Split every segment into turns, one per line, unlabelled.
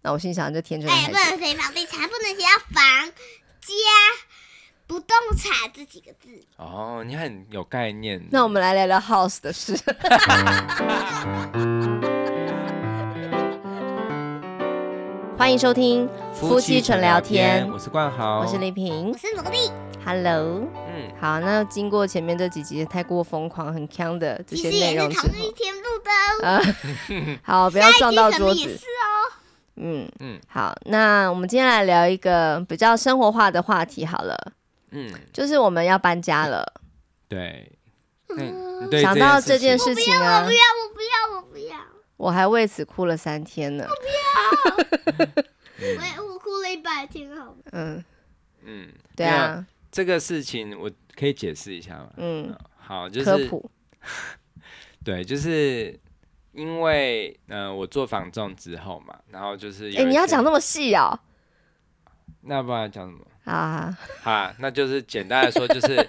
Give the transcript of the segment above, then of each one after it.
那我心想，这天真的
哎，
孩
不
子，
能写房地产，不能写到房家不动产这几个字。
哦，你很有概念。
那我们来聊聊 house 的事。 欢迎收听
纯我是冠豪，
我是丽
我
萍
是萝莉，
，Hello。
嗯，
好，那经过前面这几集太过疯狂、很呛的这
其
些
实
内
也
容
是
之
同一
后，
天录的哦。
呃，好，不要撞到
可能
桌
也
子
是。哦。
嗯嗯
嗯，
好，那我们今天来聊一个比较生活化的话题好了，
嗯，
就是我们要搬家了。
对，那你嗯对
嗯想
这
到
这
这件
情
事情啊
不，要，我不要，我不要。
我还为此哭了三天呢。
我也我哭了一百天，好吗？
嗯，
嗯，
对
没有，
啊，
这个事情我可以解释一下吗？
嗯，
好，啊就
科
是
普，
对，就是因为呃，我做房仲之后嘛，然后就是有
哎，
一
你要
天
讲那么细哦。
那不然讲什么？
啊，
好啊，那就是简单的说，就是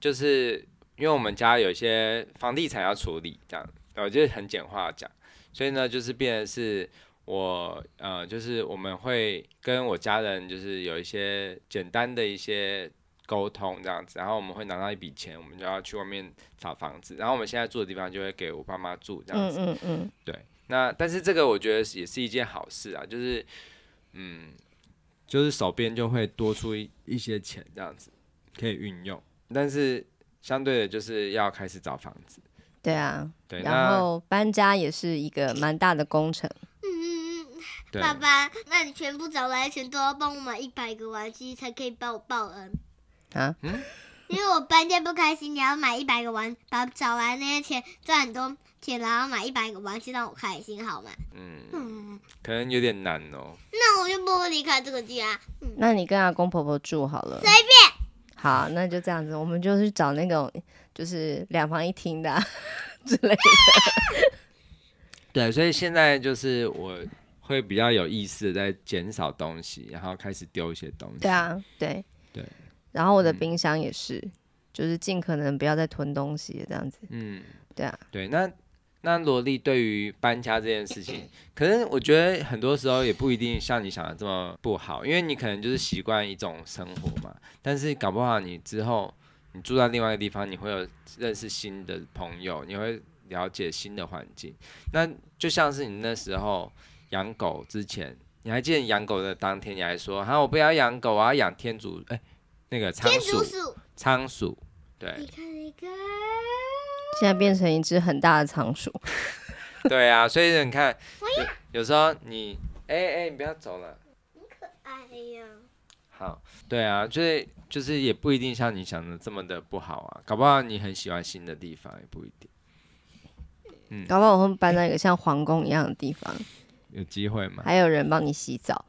就是因为我们家有一些房地产要处理，这样，呃，就是很简化地讲，所以呢，就是变成是我呃，就是我们会跟我家人就是有一些简单的一些沟通这样子，然后我们会拿到一笔钱，我们就要去外面找房子，然后我们现在住的地方就会给我爸妈住这样
嗯
子，
嗯嗯，
对，那但是这个我觉得是也是一件好事啊，就是嗯，就是手边就会多出一一些钱这样子可以运用，但是相对的就是要开始找房子。
对啊。
对，
然
那
后搬家也是一个蛮大的工程。
嗯嗯嗯，
对
爸爸，那你全部找来的钱都要帮我买一百个玩具才可以帮我报恩
啊？
嗯
因为我搬家不开心，你要买一百个玩，把找来那些钱赚很多钱，然后买一百个玩具让我开心，好吗？
嗯，
嗯，
可能有点难哦。
那我就不会离开这个家。嗯，
那你跟阿公婆婆住好了，随便。好，那就这样子，我们就去找那种就是两房一厅的啊、 之类的。
对，所以现在就是我会比较有意识的在减少东西，然后开始丢一些东西。
对，啊，对
对。
然后我的
嗯
冰箱也是，就是尽可能不要再囤东西这样子。
嗯，
对啊，
对，那那萝莉对于搬家这件事情，可能我觉得很多时候也不一定像你想的这么不好，因为你可能就是习惯一种生活嘛，但是搞不好你之后你住到另外一个地方，你会有认识新的朋友，你会了解新的环境，那就像是你那时候养狗之前。你还记得你养狗的当天，你还说：“哈，我不要养狗，我要养天竺，哎、那个仓
天竺
鼠，哎
鼠，
仓鼠，对，
你看那个，
现在变成一只很大的仓鼠。
对啊，所以你看，
哎
有有时候你，哎、哎、你不要走了。
哎呀，
好，对啊，就是就是也不一定像你想的这么的不好啊，搞不好你很喜欢新的地方，也不一定
搞不好我会搬到一个像皇宫一样的地 方，
有机会嘛。
还有人帮你洗澡，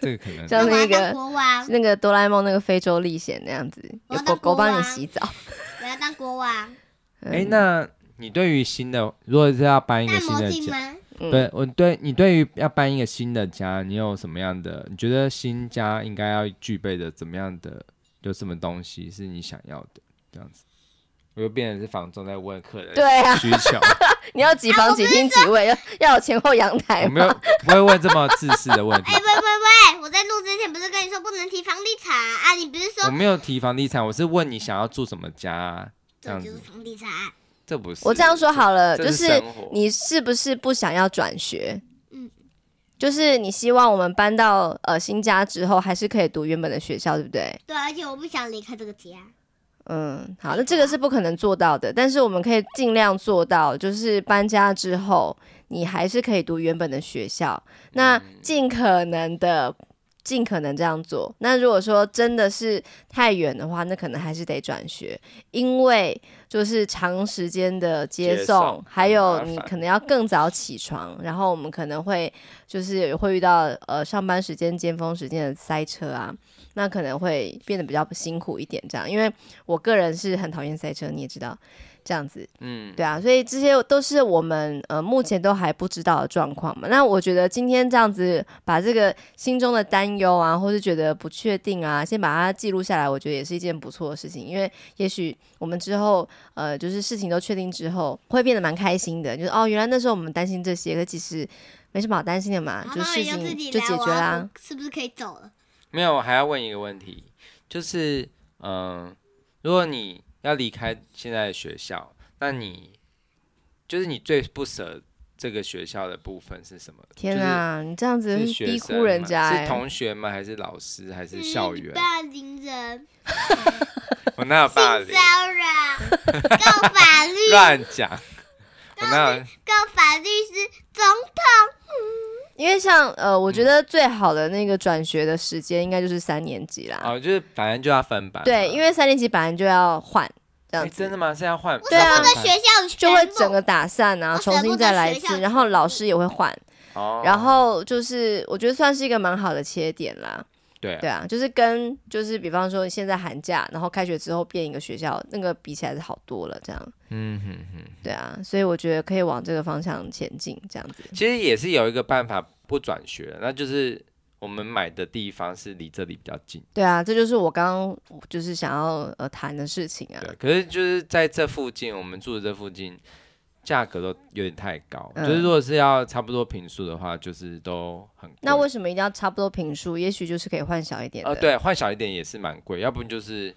这个可能
这像
我
那
要
个
当国王，
那个哆啦 A 梦那个非洲历险那样子，
我
有
要
狗
当
狗
国
帮你
王
洗澡。嗯
我要当国王，
哎、那你对于新的，如果是要搬一个
戴
新
墨
的
镜
家，
吗？
嗯
对我对你对于要搬一个新的家，你有什么样的？你觉得新家应该要具备的怎么样的？有什么东西是你想要的？这样子，我又变成是房东在问客人
对啊，
需求。
你要几房几厅几卫，要要有前后阳台
我没有
吗？
不会问这么自私的问题
哎、。喂喂喂！我在录之前不是跟你说不能提房地产啊？你不是
我
说
没有提房地产，我是问你想要住什么家、啊，这
这
样
就是
子，
房地产？
这不是。
我这样说好了，
这
就是是
生活
你是不是不想要转学？嗯
嗯，
就是你希望我们搬到呃新家之后，还是可以读原本的学校，对不对？
对，啊而且我不想离开这个家。
嗯，好，那这个是不可能做到的，但是我们可以尽量做到，就是搬家之后，你还是可以读原本的学校，那尽可能的，尽可能这样做。那如果说真的是太远的话，那可能还是得转学，因为就是长时间的接
接
送
送，
还
麻
有
烦
你可能要更早起床，然后我们可能会就是会遇到呃上班时间、尖峰时间的塞车啊，那可能会变得比较辛苦一点这样。因为我个人是很讨厌塞车，你也知道，这样子，
嗯，
对啊，所以这些都是我们呃目前都还不知道的状况嘛。那我觉得今天这样子把这个心中的担忧啊，或是觉得不确定啊，先把它记录下来，我觉得也是一件不错的事情，因为也许我们之后呃就是事情都确定之后，会变得蛮开心的，就是哦，原来那时候我们担心这些，可其实。没什么好担心的嘛，
然后
就
他
事
们就啊自
情
己
就
来，
解
我
决啦
要。是不是可以走了？
没有，我还要问一个问题，就是嗯、如果你要离开现在的学校，那你就是你最不舍这个学校的部分是什么？
天
哪、
哪，你这样子
是
是
学
嗯逼
生
哭人
吗
家
是
哎！
同学吗？还是老师？还是
嗯
校园？
霸凌人、
我哪有霸
性
凌？
骚 扰、告法律、
乱讲，我哪有？
告法律是总统。
因为像呃，我
嗯
觉得最好的那个转学的时间应该就是三年级啦。
哦，就是反正就要分班嘛。
对，因为三年级本来就要换，这
哎
样
真
子
的吗？是要换？
对啊
要
这
分
学
班
校
就
全
会
部
整个打散啊，
哎我
重
舍
新
不
再
得
来一
学
次，
校
然后老师也会换，
哦
然后就是我觉得算是一个蛮好的切点啦。
对啊
对啊，就是跟就是比方说现在寒假，然后开学之后变一个学校，那个比起来是好多了，这样。
嗯哼哼。
对啊，所以我觉得可以往这个方向前进，这样子。
其实也是有一个办法不转学的，那就是我们买的地方是离这里比较近，
对啊，这就是我刚刚就是想要呃谈的事情啊。
对。可是就是在这附近，我们住的这附近，价格都有点太高。
嗯
就是如果是要差不多平数的话，就是都很贵。
那为什么一定要差不多平数？也许就是可以换小一点的。
呃，对，换小一点也是蛮贵，要不然就是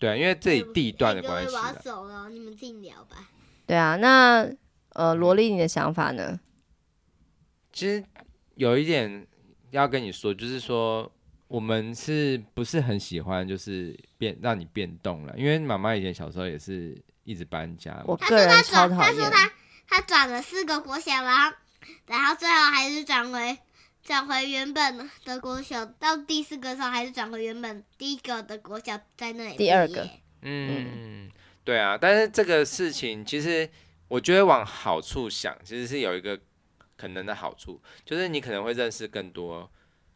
对啊，因为这里地段的
哎各位
关
我
系
要
啊。
走了，你们自己聊吧。
对啊，那呃萝莉你的想法呢？
其实有一点要跟你说，就是说我们是不是很喜欢就是变让你变动了？因为妈妈以前小时候也是一直搬家，
我
他
个
说
人
他
超
转，
讨
他说
厌。
他他转了四个国小，然后然后最后还是转回转回原本的国小，到第四个的时候还是转回原本第一个的国小，在那里
第二
毕
个
业
嗯，对啊，但是这个事情其实我觉得往好处想，其实是有一个可能的好处，就是你可能会认识更多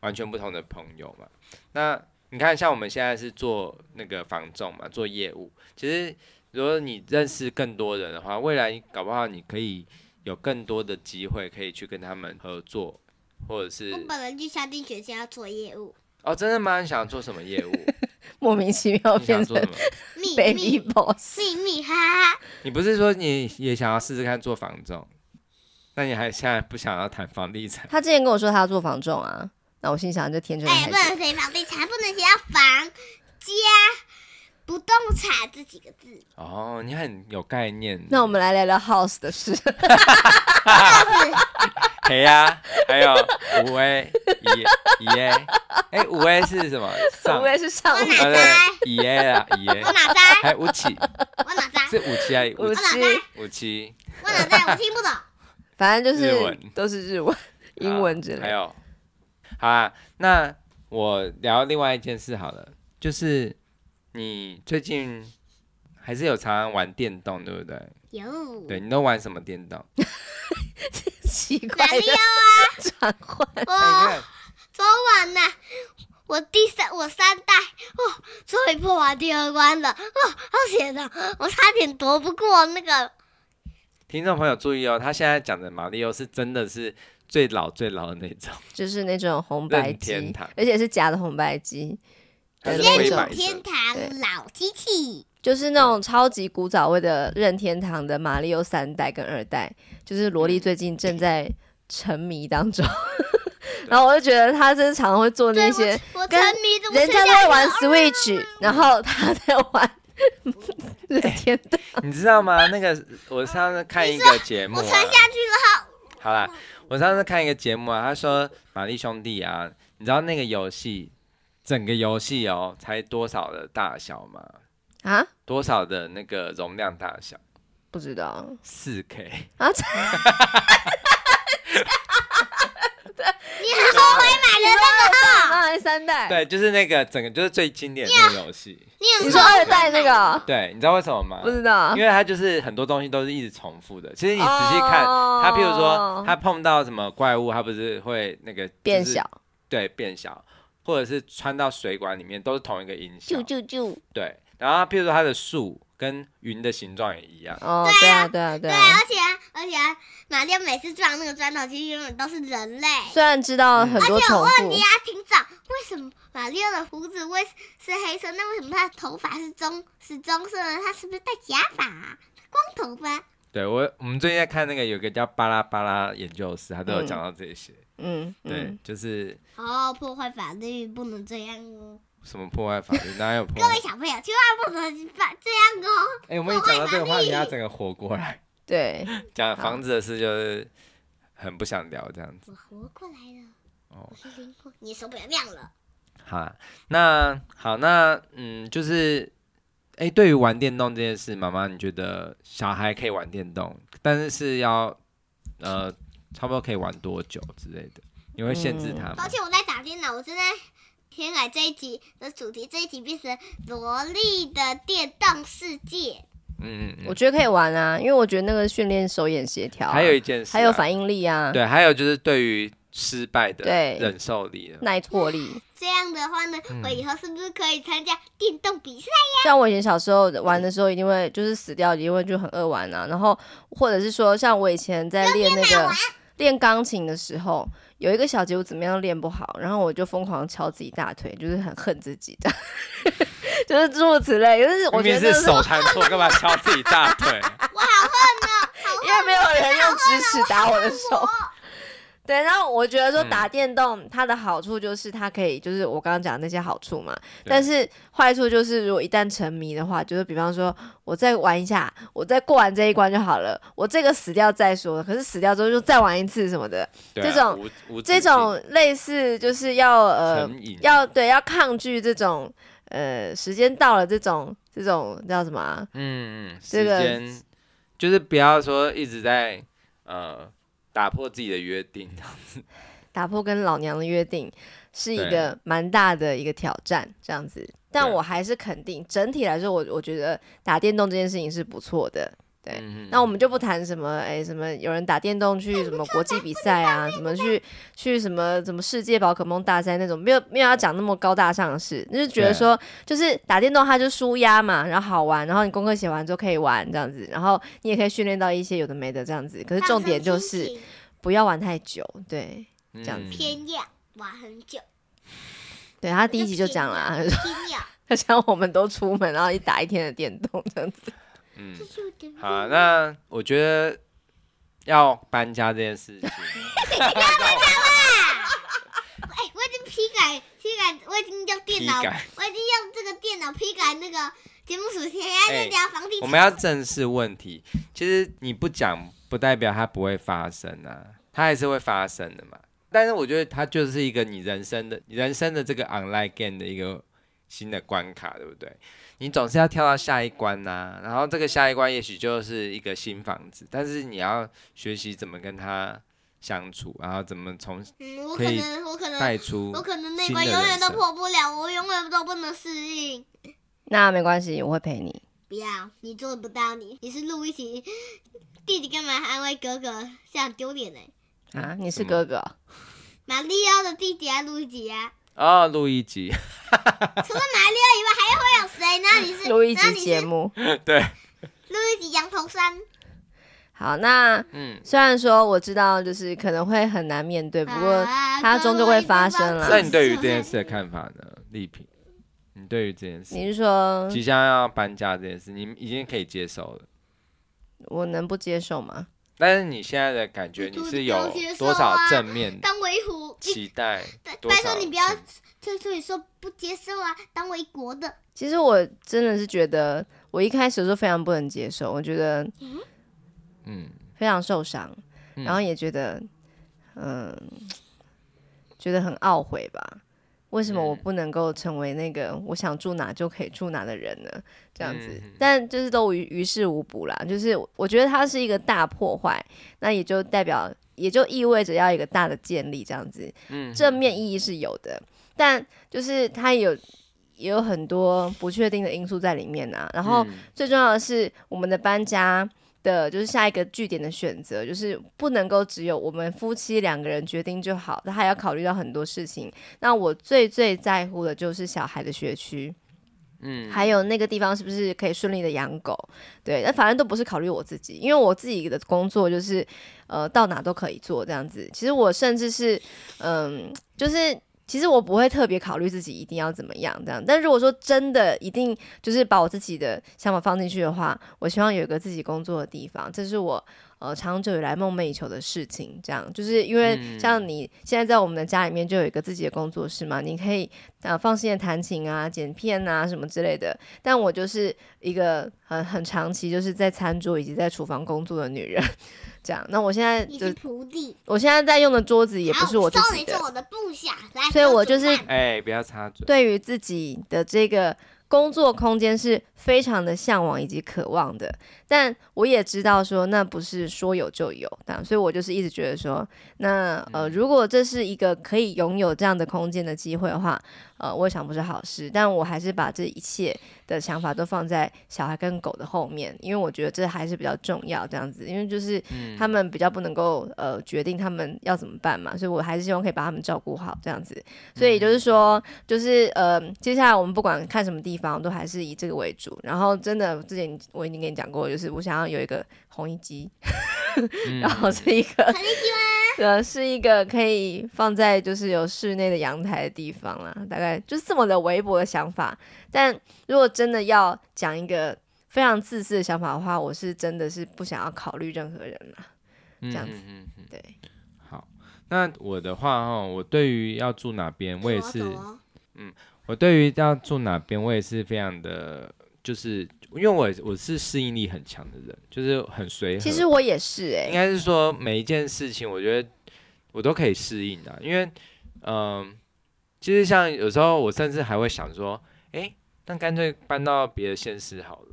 完全不同的朋友嘛。那你看，像我们现在是做那个房仲嘛，做业务，其实如果你认识更多人的话，未来搞不好你可以有更多的机会可以去跟他们合作，或 者是
我本来就下定决心要做业务，
哦，真的吗？你想做什么业务？
莫名其妙
你想
变成
做什么？
秘
baby
密
boss。
秘密，哈哈，
你不是说你也想要试试看做房仲？那你还现在不想要谈房地产？
他之前跟我说他要做房仲啊，那我心想这天真的
哎，
孩
不
子，
能写房地产，不能写到房家不动产这几个字，
哦，你很有概念。
那我们来聊聊 house 的事。
嘿呀、还有五 A 一一 A，哎，五 A 是什么？上
我也是上
我
午
哪
啊
在
对，一 A 啊，一 A，
我哪 在？
还有五七
我哪在？
是五七还是
五
五
七
我，哪
五七？
我哪在？我听不懂。
反正就
日
是
文
都是日文、 英文之
好还
类。
有，好啊，那我聊另外一件事好了，就是你最近还是有常常玩电动，对不对？
有，
对你都玩什么电动？
奇怪
哪里
的
有啊？
转换，
我。
哎
昨晚呢、我第三我三代哦，终于破完第二关了哦，好险啊！我差点躲不过那个
听众朋友注意哦，他现在讲的马里奥是真的是最老最老的那 种，
就是那种红白
任天
机
堂，
而且是假的红白机，
它是
对
灰
那
白
种
色
天
的。
对
堂老机器，
就是那
嗯
种超级古早味的任天堂的马里奥三代跟二代，就是萝
嗯
莉最近正在沉迷当中。 然后我就觉得他真的常常会做那
对
些，
我我
跟
沉迷怎么
人家在
啊
玩 Switch，然后
嗯
他在玩 任天堂。
你知道吗？那个我上次看一个节目、
我
啊，
沉下去了，
好啦，我上次看一个节目啊，他说玛丽兄弟啊，你知道那个游戏整个游戏哦才多少的大小吗？
啊，
多少的那个容量大小？
不知道
四 K，
啊，这
你很后悔买的那个号，
马里三
哎
代，
对，就是那个整个就是最经典的那个游戏。
你
你
很
说
后
二
悔
代那个哦
对，你知道为什么吗？
不知道
因，为它就是很多东西都是一直重复的。其实你仔细看，
哦
它譬如说它碰到什么怪物，它不是会那个、
变，小，
对，变小，或者是穿到水管里面，都是同一个音效
啾。啾啾。
对，然后它譬如说它的树跟云的形状也一样。
哦，对啊，对啊，对
对，
啊。
而且啊而且啊，马里奥每次撞那个砖头，其实原本都是人类。
虽然知道
嗯
很多重复
你，啊要听长，为什么马里奥的胡子为是黑色？那为什么他的头发是棕是棕色呢？他是不是戴假发啊、光头发？
对我，我们最近在看那个有个叫巴拉巴拉研究室，他都有
嗯
讲到这些。
嗯，
对
嗯，，
就是
哦，破坏法律不能这样哦！
什么破坏法律，哪有破
各
坏
位？小朋友，千万不能把这样哦！
哎、我们一讲到这个话题，他整个火过来，
对，
讲房子的事就是很不想聊这样子。
我活过来了，
哦
我是灵魂，你手表亮了。
好，啊那好，那嗯，就是哎、对于玩电动这件事，妈妈你觉得小孩可以玩电动，但是是要呃，差不多可以玩多久之类的？你会限制
嗯
他吗
哦抱？歉，我在打电脑，我正在天改这一集的主题，这一集变成萝莉的电动世界。
嗯嗯
我
嗯。
觉得可以玩啊，因为我觉得那个训练手眼协调啊、
还有一件事、
还有反应力啊，
对，还有就是对于失败的
对
忍受力了。
耐挫力。
这样的话呢，
嗯
我以后是不是可以参加电动比赛？
像我以前小时候玩的时候，一定会就是死掉，一定会就很饿玩啊。然后或者是说，像我以前在练那个练钢琴的时候，有一个小节我怎么样都练不好，然后我就疯狂敲自己大腿，就是很恨自己的， 就是诸如此类。就是我
明
觉
明
得
是
是
手弹 错，干嘛敲自己大腿？
因为没有人用直尺打我的手。 对，然后我觉得说打电动，它的好处就是它可以，就是我刚刚讲的那些好处嘛。
对
但是坏处就是，如果一旦沉迷的话，就是比方说，我再玩一下，我再过完这一关就好了，我这个死掉再说。可是死掉之后就再玩一次什么的，
对啊
这种
无无止
这种类似就是要
境
呃
成瘾，
要对要抗拒这种呃时间到了这种这种叫什么啊、
嗯嗯，
这
时
个
间就是不要说一直在呃打破自己的约定。
打破跟老娘的约定是一
对
个蛮大的一个挑战，这样子。但
对
我还是肯定，整体来说我，我觉得打电动这件事情是不错的。对
嗯嗯
那我们就不谈什么，哎、什么有人打电动去什么国际比赛啊，什么去去什么什么世界宝可梦大赛那种，没有没有要讲那么高大上的事，就是觉得
对
说，就是打电动它就舒压嘛，然后好玩，然后你功课写完之后可以玩这样子，然后你也可以训练到一些有的没的这样子。可是重点就
放松
是嗯
心情
不要玩太久，对。
嗯
这样子
偏要玩很久。
对他第一集就讲了、啊，
偏要，
他像我们都出门，然后一打一天的电动这样子。
嗯
这
嗯，
是我的
好啊，那我觉得要搬家这件事情，
哎、我已经批改批改，我已经用电脑，
批改
我已经用这个电脑批改那个节目属性，还在讲房地
哎 我
产。
们要正视问题。其实你不讲，不代表它不会发生啊，它还是会发生的嘛。但是我觉得它就是一个你人生的、你人生的这个 online game 的一个新的关卡，对不对？你总是要跳到下一关呐、然后这个下一关也许就是一个新房子，但是你要学习怎么跟它相处，然后怎么从
嗯，我可
可以
能我可能
带
嗯
出
我可能那
新
关
的
永
人
远都
生
破不了，我永远都不能适应。
那没关系，我会陪你。
不要，你做不到你，你是路一起。弟弟干嘛安慰哥哥？这样丢脸呢、
啊，你是
什么
哥哥哦，
马里奥的弟弟啊，路易吉 啊，
哦，录一集，
除了马里奥以外，还会有谁呢？你是，
录一
那
集
你是
节目。
对，
路易吉羊头山，
好，那
嗯，
虽然说我知道，就是可能会很难面对，不过
啊
它终究会发生啊啦
那你对于这件事的，看法呢，丽萍？你对于这件事？
你是说
嗯
即将要搬家这件事，你已经可以接受了。
我能不接受吗？
但是你现在的感觉，
你
你
都
是
都
有
接受
多少
啊
正面
当为虎，
期待？
拜
多
拜
少
托你不要
成
翠翠说不接受啊，当为国的，
其实我真的是觉得，我一开始的时候非常不能接受，我觉得
嗯，
非常受伤，
嗯
然后也觉得，嗯、觉得很懊悔吧。为什么我
嗯
不能够成为那个我想住哪就可以住哪的人呢？这样子，
嗯嗯
但就是都于于事无补啦。就是我觉得它是一个大破坏，那也就代表，也就意味着要一个大的建立这样子。
嗯
正面意义是有的，但就是它也有也有很多不确定的因素在里面啊。然后
嗯
最重要的是，我们的搬家的就是下一个据点的选择，就是不能够只有我们夫妻两个人决定就好，他还要考虑到很多事情。那我最最在乎的就是小孩的学区，
嗯
还有那个地方是不是可以顺利的养狗？对，那反正都不是考虑我自己，因为我自己的工作就是呃到哪都可以做这样子。其实我甚至是嗯、就是其实我不会特别考虑自己一定要怎么样这样，但如果说真的一定就是把我自己的想法放进去的话，我希望有一个自己工作的地方，这是我呃长久以来梦寐以求的事情。这样就是因为
嗯
像你现在在我们的家里面就有一个自己的工作室嘛，你可以呃放心的弹琴啊、剪片啊什么之类的。但我就是一个呃很很长期就是在餐桌以及在厨房工作的女人， 这样。那我现在
你
就是
徒弟，
我现在在用的桌子也不
好，
是我自
收
己
你
的
做。我的部下，来，
所以
给
我
煮
就是
饭
哎、不要插嘴。
对于自己的这个工作空间是非常的向往以及渴望的，但我也知道说那不是说有就有，这样，所以我就是一直觉得说，那呃，如果这是一个可以拥有这样的空间的机会的话，呃，我想不是好事，但我还是把这一切的想法都放在小孩跟狗的后面，因为我觉得这还是比较重要，这样子，因为就是
嗯
他们比较不能够呃决定他们要怎么办嘛，所以我还是希望可以把他们照顾好这样子。所以就是说，
嗯
就是呃，接下来我们不管看什么地方，都还是以这个为主。然后真的之前我已经跟你讲过，就是我想要有一个红衣机，
嗯
然后是一个
肯定希望
呃是一个可以放在就是有室内的阳台的地方啦，大概就是这么的微薄的想法。但如果真的要讲一个非常自私的想法的话，我是真的是不想要考虑任何人啦。
这
样子
嗯嗯嗯嗯
对，
好，那我的话哦，我对于要住哪边，我也
走
是，
哦
我对于要住哪边，我也是非常的，就是因为我我是适应力很强的人，就是很随和。
其实我也是哎、
应该是说每一件事情，我觉得我都可以适应的、因为嗯、其实像有时候我甚至还会想说，诶，那干脆搬到别的县市好了。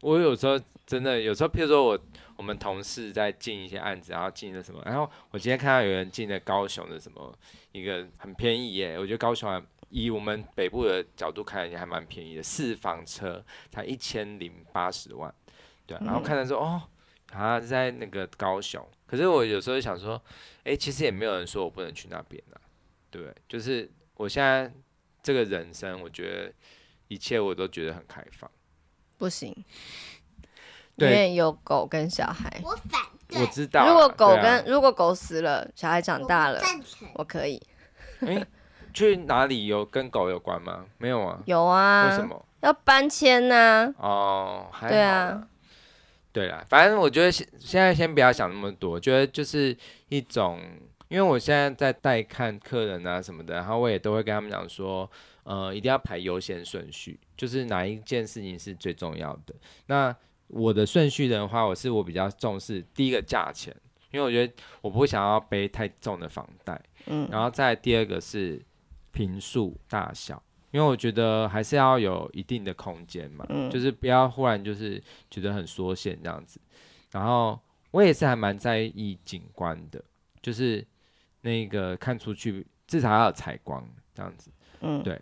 我有时候真的有时候，譬如说我我们同事在进一些案子，然后进了什么，然后我今天看到有人进了高雄的什么一个很便宜耶，我觉得高雄还以我们北部的角度看，也还蛮便宜的，四房车才一千零八十万，对啊、然后看到说、哦，啊在那个高雄，可是我有时候想说，诶，其实也没有人说我不能去那边啊，对不对？就是我现在这个人生，我觉得一切我都觉得很开放。
不行，因
对
为有狗跟小孩。
我反对
我，知道啊，
如果狗
对
跟、
啊
如果狗死了，小孩长
我
大
不
了，
赞成。
我可以。
去哪里有跟狗有关吗？没有啊，
有
为什
啊，
么？
要搬迁呐、
哦，还
对
好
啊
啦，对啦，反正我觉得现现在先不要想那么多，觉得就是一种，因为我现在在带看客人啊什么的，然后我也都会跟他们讲说，呃，一定要排优先顺序，就是哪一件事情是最重要的。那我的顺序的话，我是我比较重视第一个价钱，因为我觉得我不想要背太重的房贷，
嗯
然后再来第二个是平数大小。因为我觉得还是要有一定的空间嘛，
嗯
就是不要忽然就是觉得很缩限这样子。然后我也是还蛮在意景观的，就是那个看出去至少要有采光这样子。
嗯
对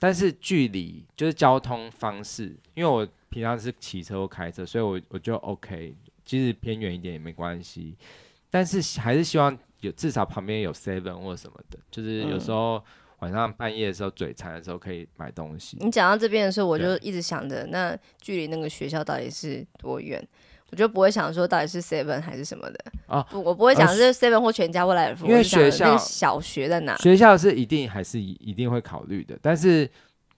但是距离就是交通方式，因为我平常是骑车或开车，所以我我就 OK，即使偏远一点也没关系。但是还是希望有至少旁边有 seven 或什么的，就是有时候晚上半夜的时候嘴馋的时候可以买东西。
你讲到这边的时候，我就
对
一直想着，那距离那个学校到底是多远？我就不会想说到底是 seven 还是什么的
哦
不我不会
呃
想是 seven 或全家或莱尔富，
因为
我就想着
学校
那个小学在哪？
学校是一定还是一一定会考虑的，但是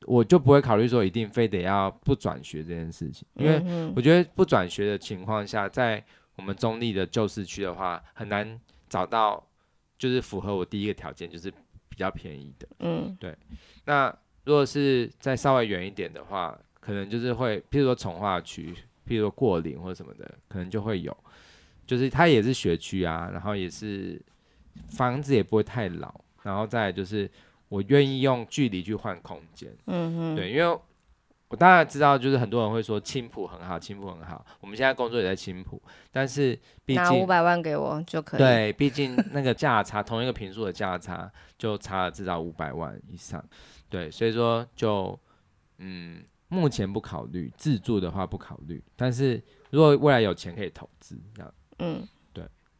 我就不会考虑说一定非得要不转学这件事情，因为
嗯哼
我觉得不转学的情况下，在我们中立的旧市区的话，很难找到就是符合我第一个条件，就是比较便宜的。
嗯
那如果是再稍微远一点的话，可能就是会，譬如说从化区，譬如说过岭或什么的，可能就会有，就是它也是学区啊，然后也是房子也不会太老，然后再来就是我愿意用距离去换空间，
嗯哼，
对，因为我当然知道，就是很多人会说青浦很好，青浦很好，我们现在工作也在青浦，但是毕
拿五
竟。
百万给我就可以。，
对，毕竟那个价差，同一个平数的价差就差了至少五百万以上。对，所以说就嗯，目前不考虑自住的话不考虑，但是如果未来有钱可以投资，这样
嗯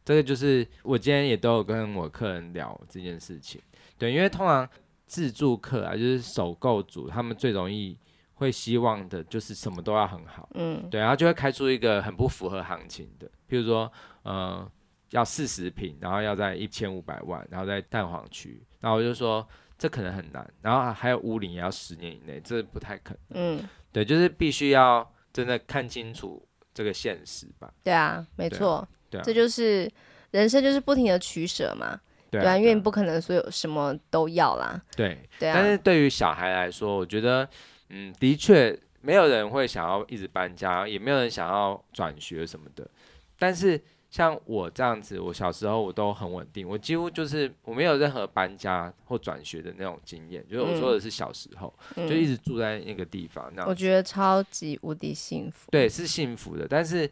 这个就是我今天也都有跟我客人聊这件事情。对，因为通常自住客啊，就是首购族，他们最容易会希望的就是什么都要很好。
嗯
对，然后就会开出一个很不符合行情的，譬如说，呃，要四十平，然后要在一千五百万，然后在蛋黄区，然后我就说这可能很难，然后还有屋龄也要十年以内，这不太可能。
嗯，
对，就是必须要真的看清楚这个现实吧。
对啊，没
对啊
错，
对啊，
这就是人生，就是不停的取舍嘛。
对
对啊，因为你
对
不可能所有什么都要啦。
对
对啊，
但是对于小孩来说，我觉得，嗯，的确没有人会想要一直搬家，也没有人想要转学什么的。但是像我这样子，我小时候我都很稳定，我几乎就是我没有任何搬家或转学的那种经验。就是我说的是小时候，
嗯
就一直住在那个地方，那
我
样
觉得超级无敌幸福。
对是幸福的。但是，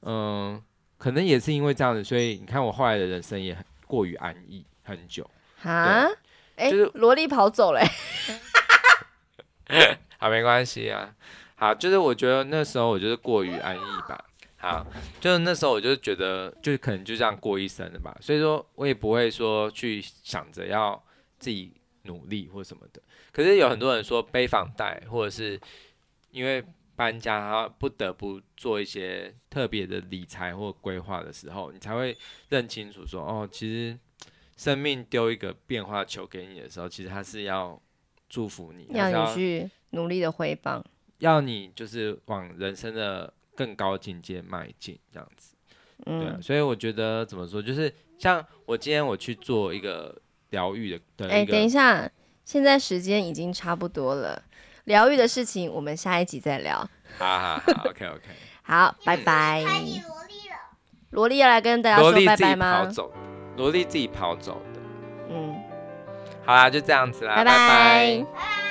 嗯、可能也是因为这样子，所以你看我后来的人生也很过于安逸很久。
哈，哎
就是，
萝莉跑走了、欸，
好，没关系啊。好，就是我觉得那时候我就是过于安逸吧。好，就是那时候我就觉得，就可能就这样过一生了吧。所以说我也不会说去想着要自己努力或什么的。可是有很多人说背房贷，或者是因为搬家，他不得不做一些特别的理财或规划的时候，你才会认清楚说，哦，其实生命丢一个变化球给你的时候，其实他是要祝福你，它是
让你去努力的回报。
要你就是往人生的更高境界迈进，这样子。对啊、
嗯，
所以我觉得怎么说，就是像我今天我去做一个疗愈的的
哎、
一个，
等一下，现在时间已经差不多了，疗愈的事情我们下一集再聊。
好好 好，OK OK，
好，拜
嗯
拜。
拍你萝莉了。
萝莉要来跟大家
萝
说
莉
拜
自己
拜
跑
吗？
走的，萝莉自己跑走的。
嗯，
好啦，就这样子啦，
拜
拜
拜。
拜拜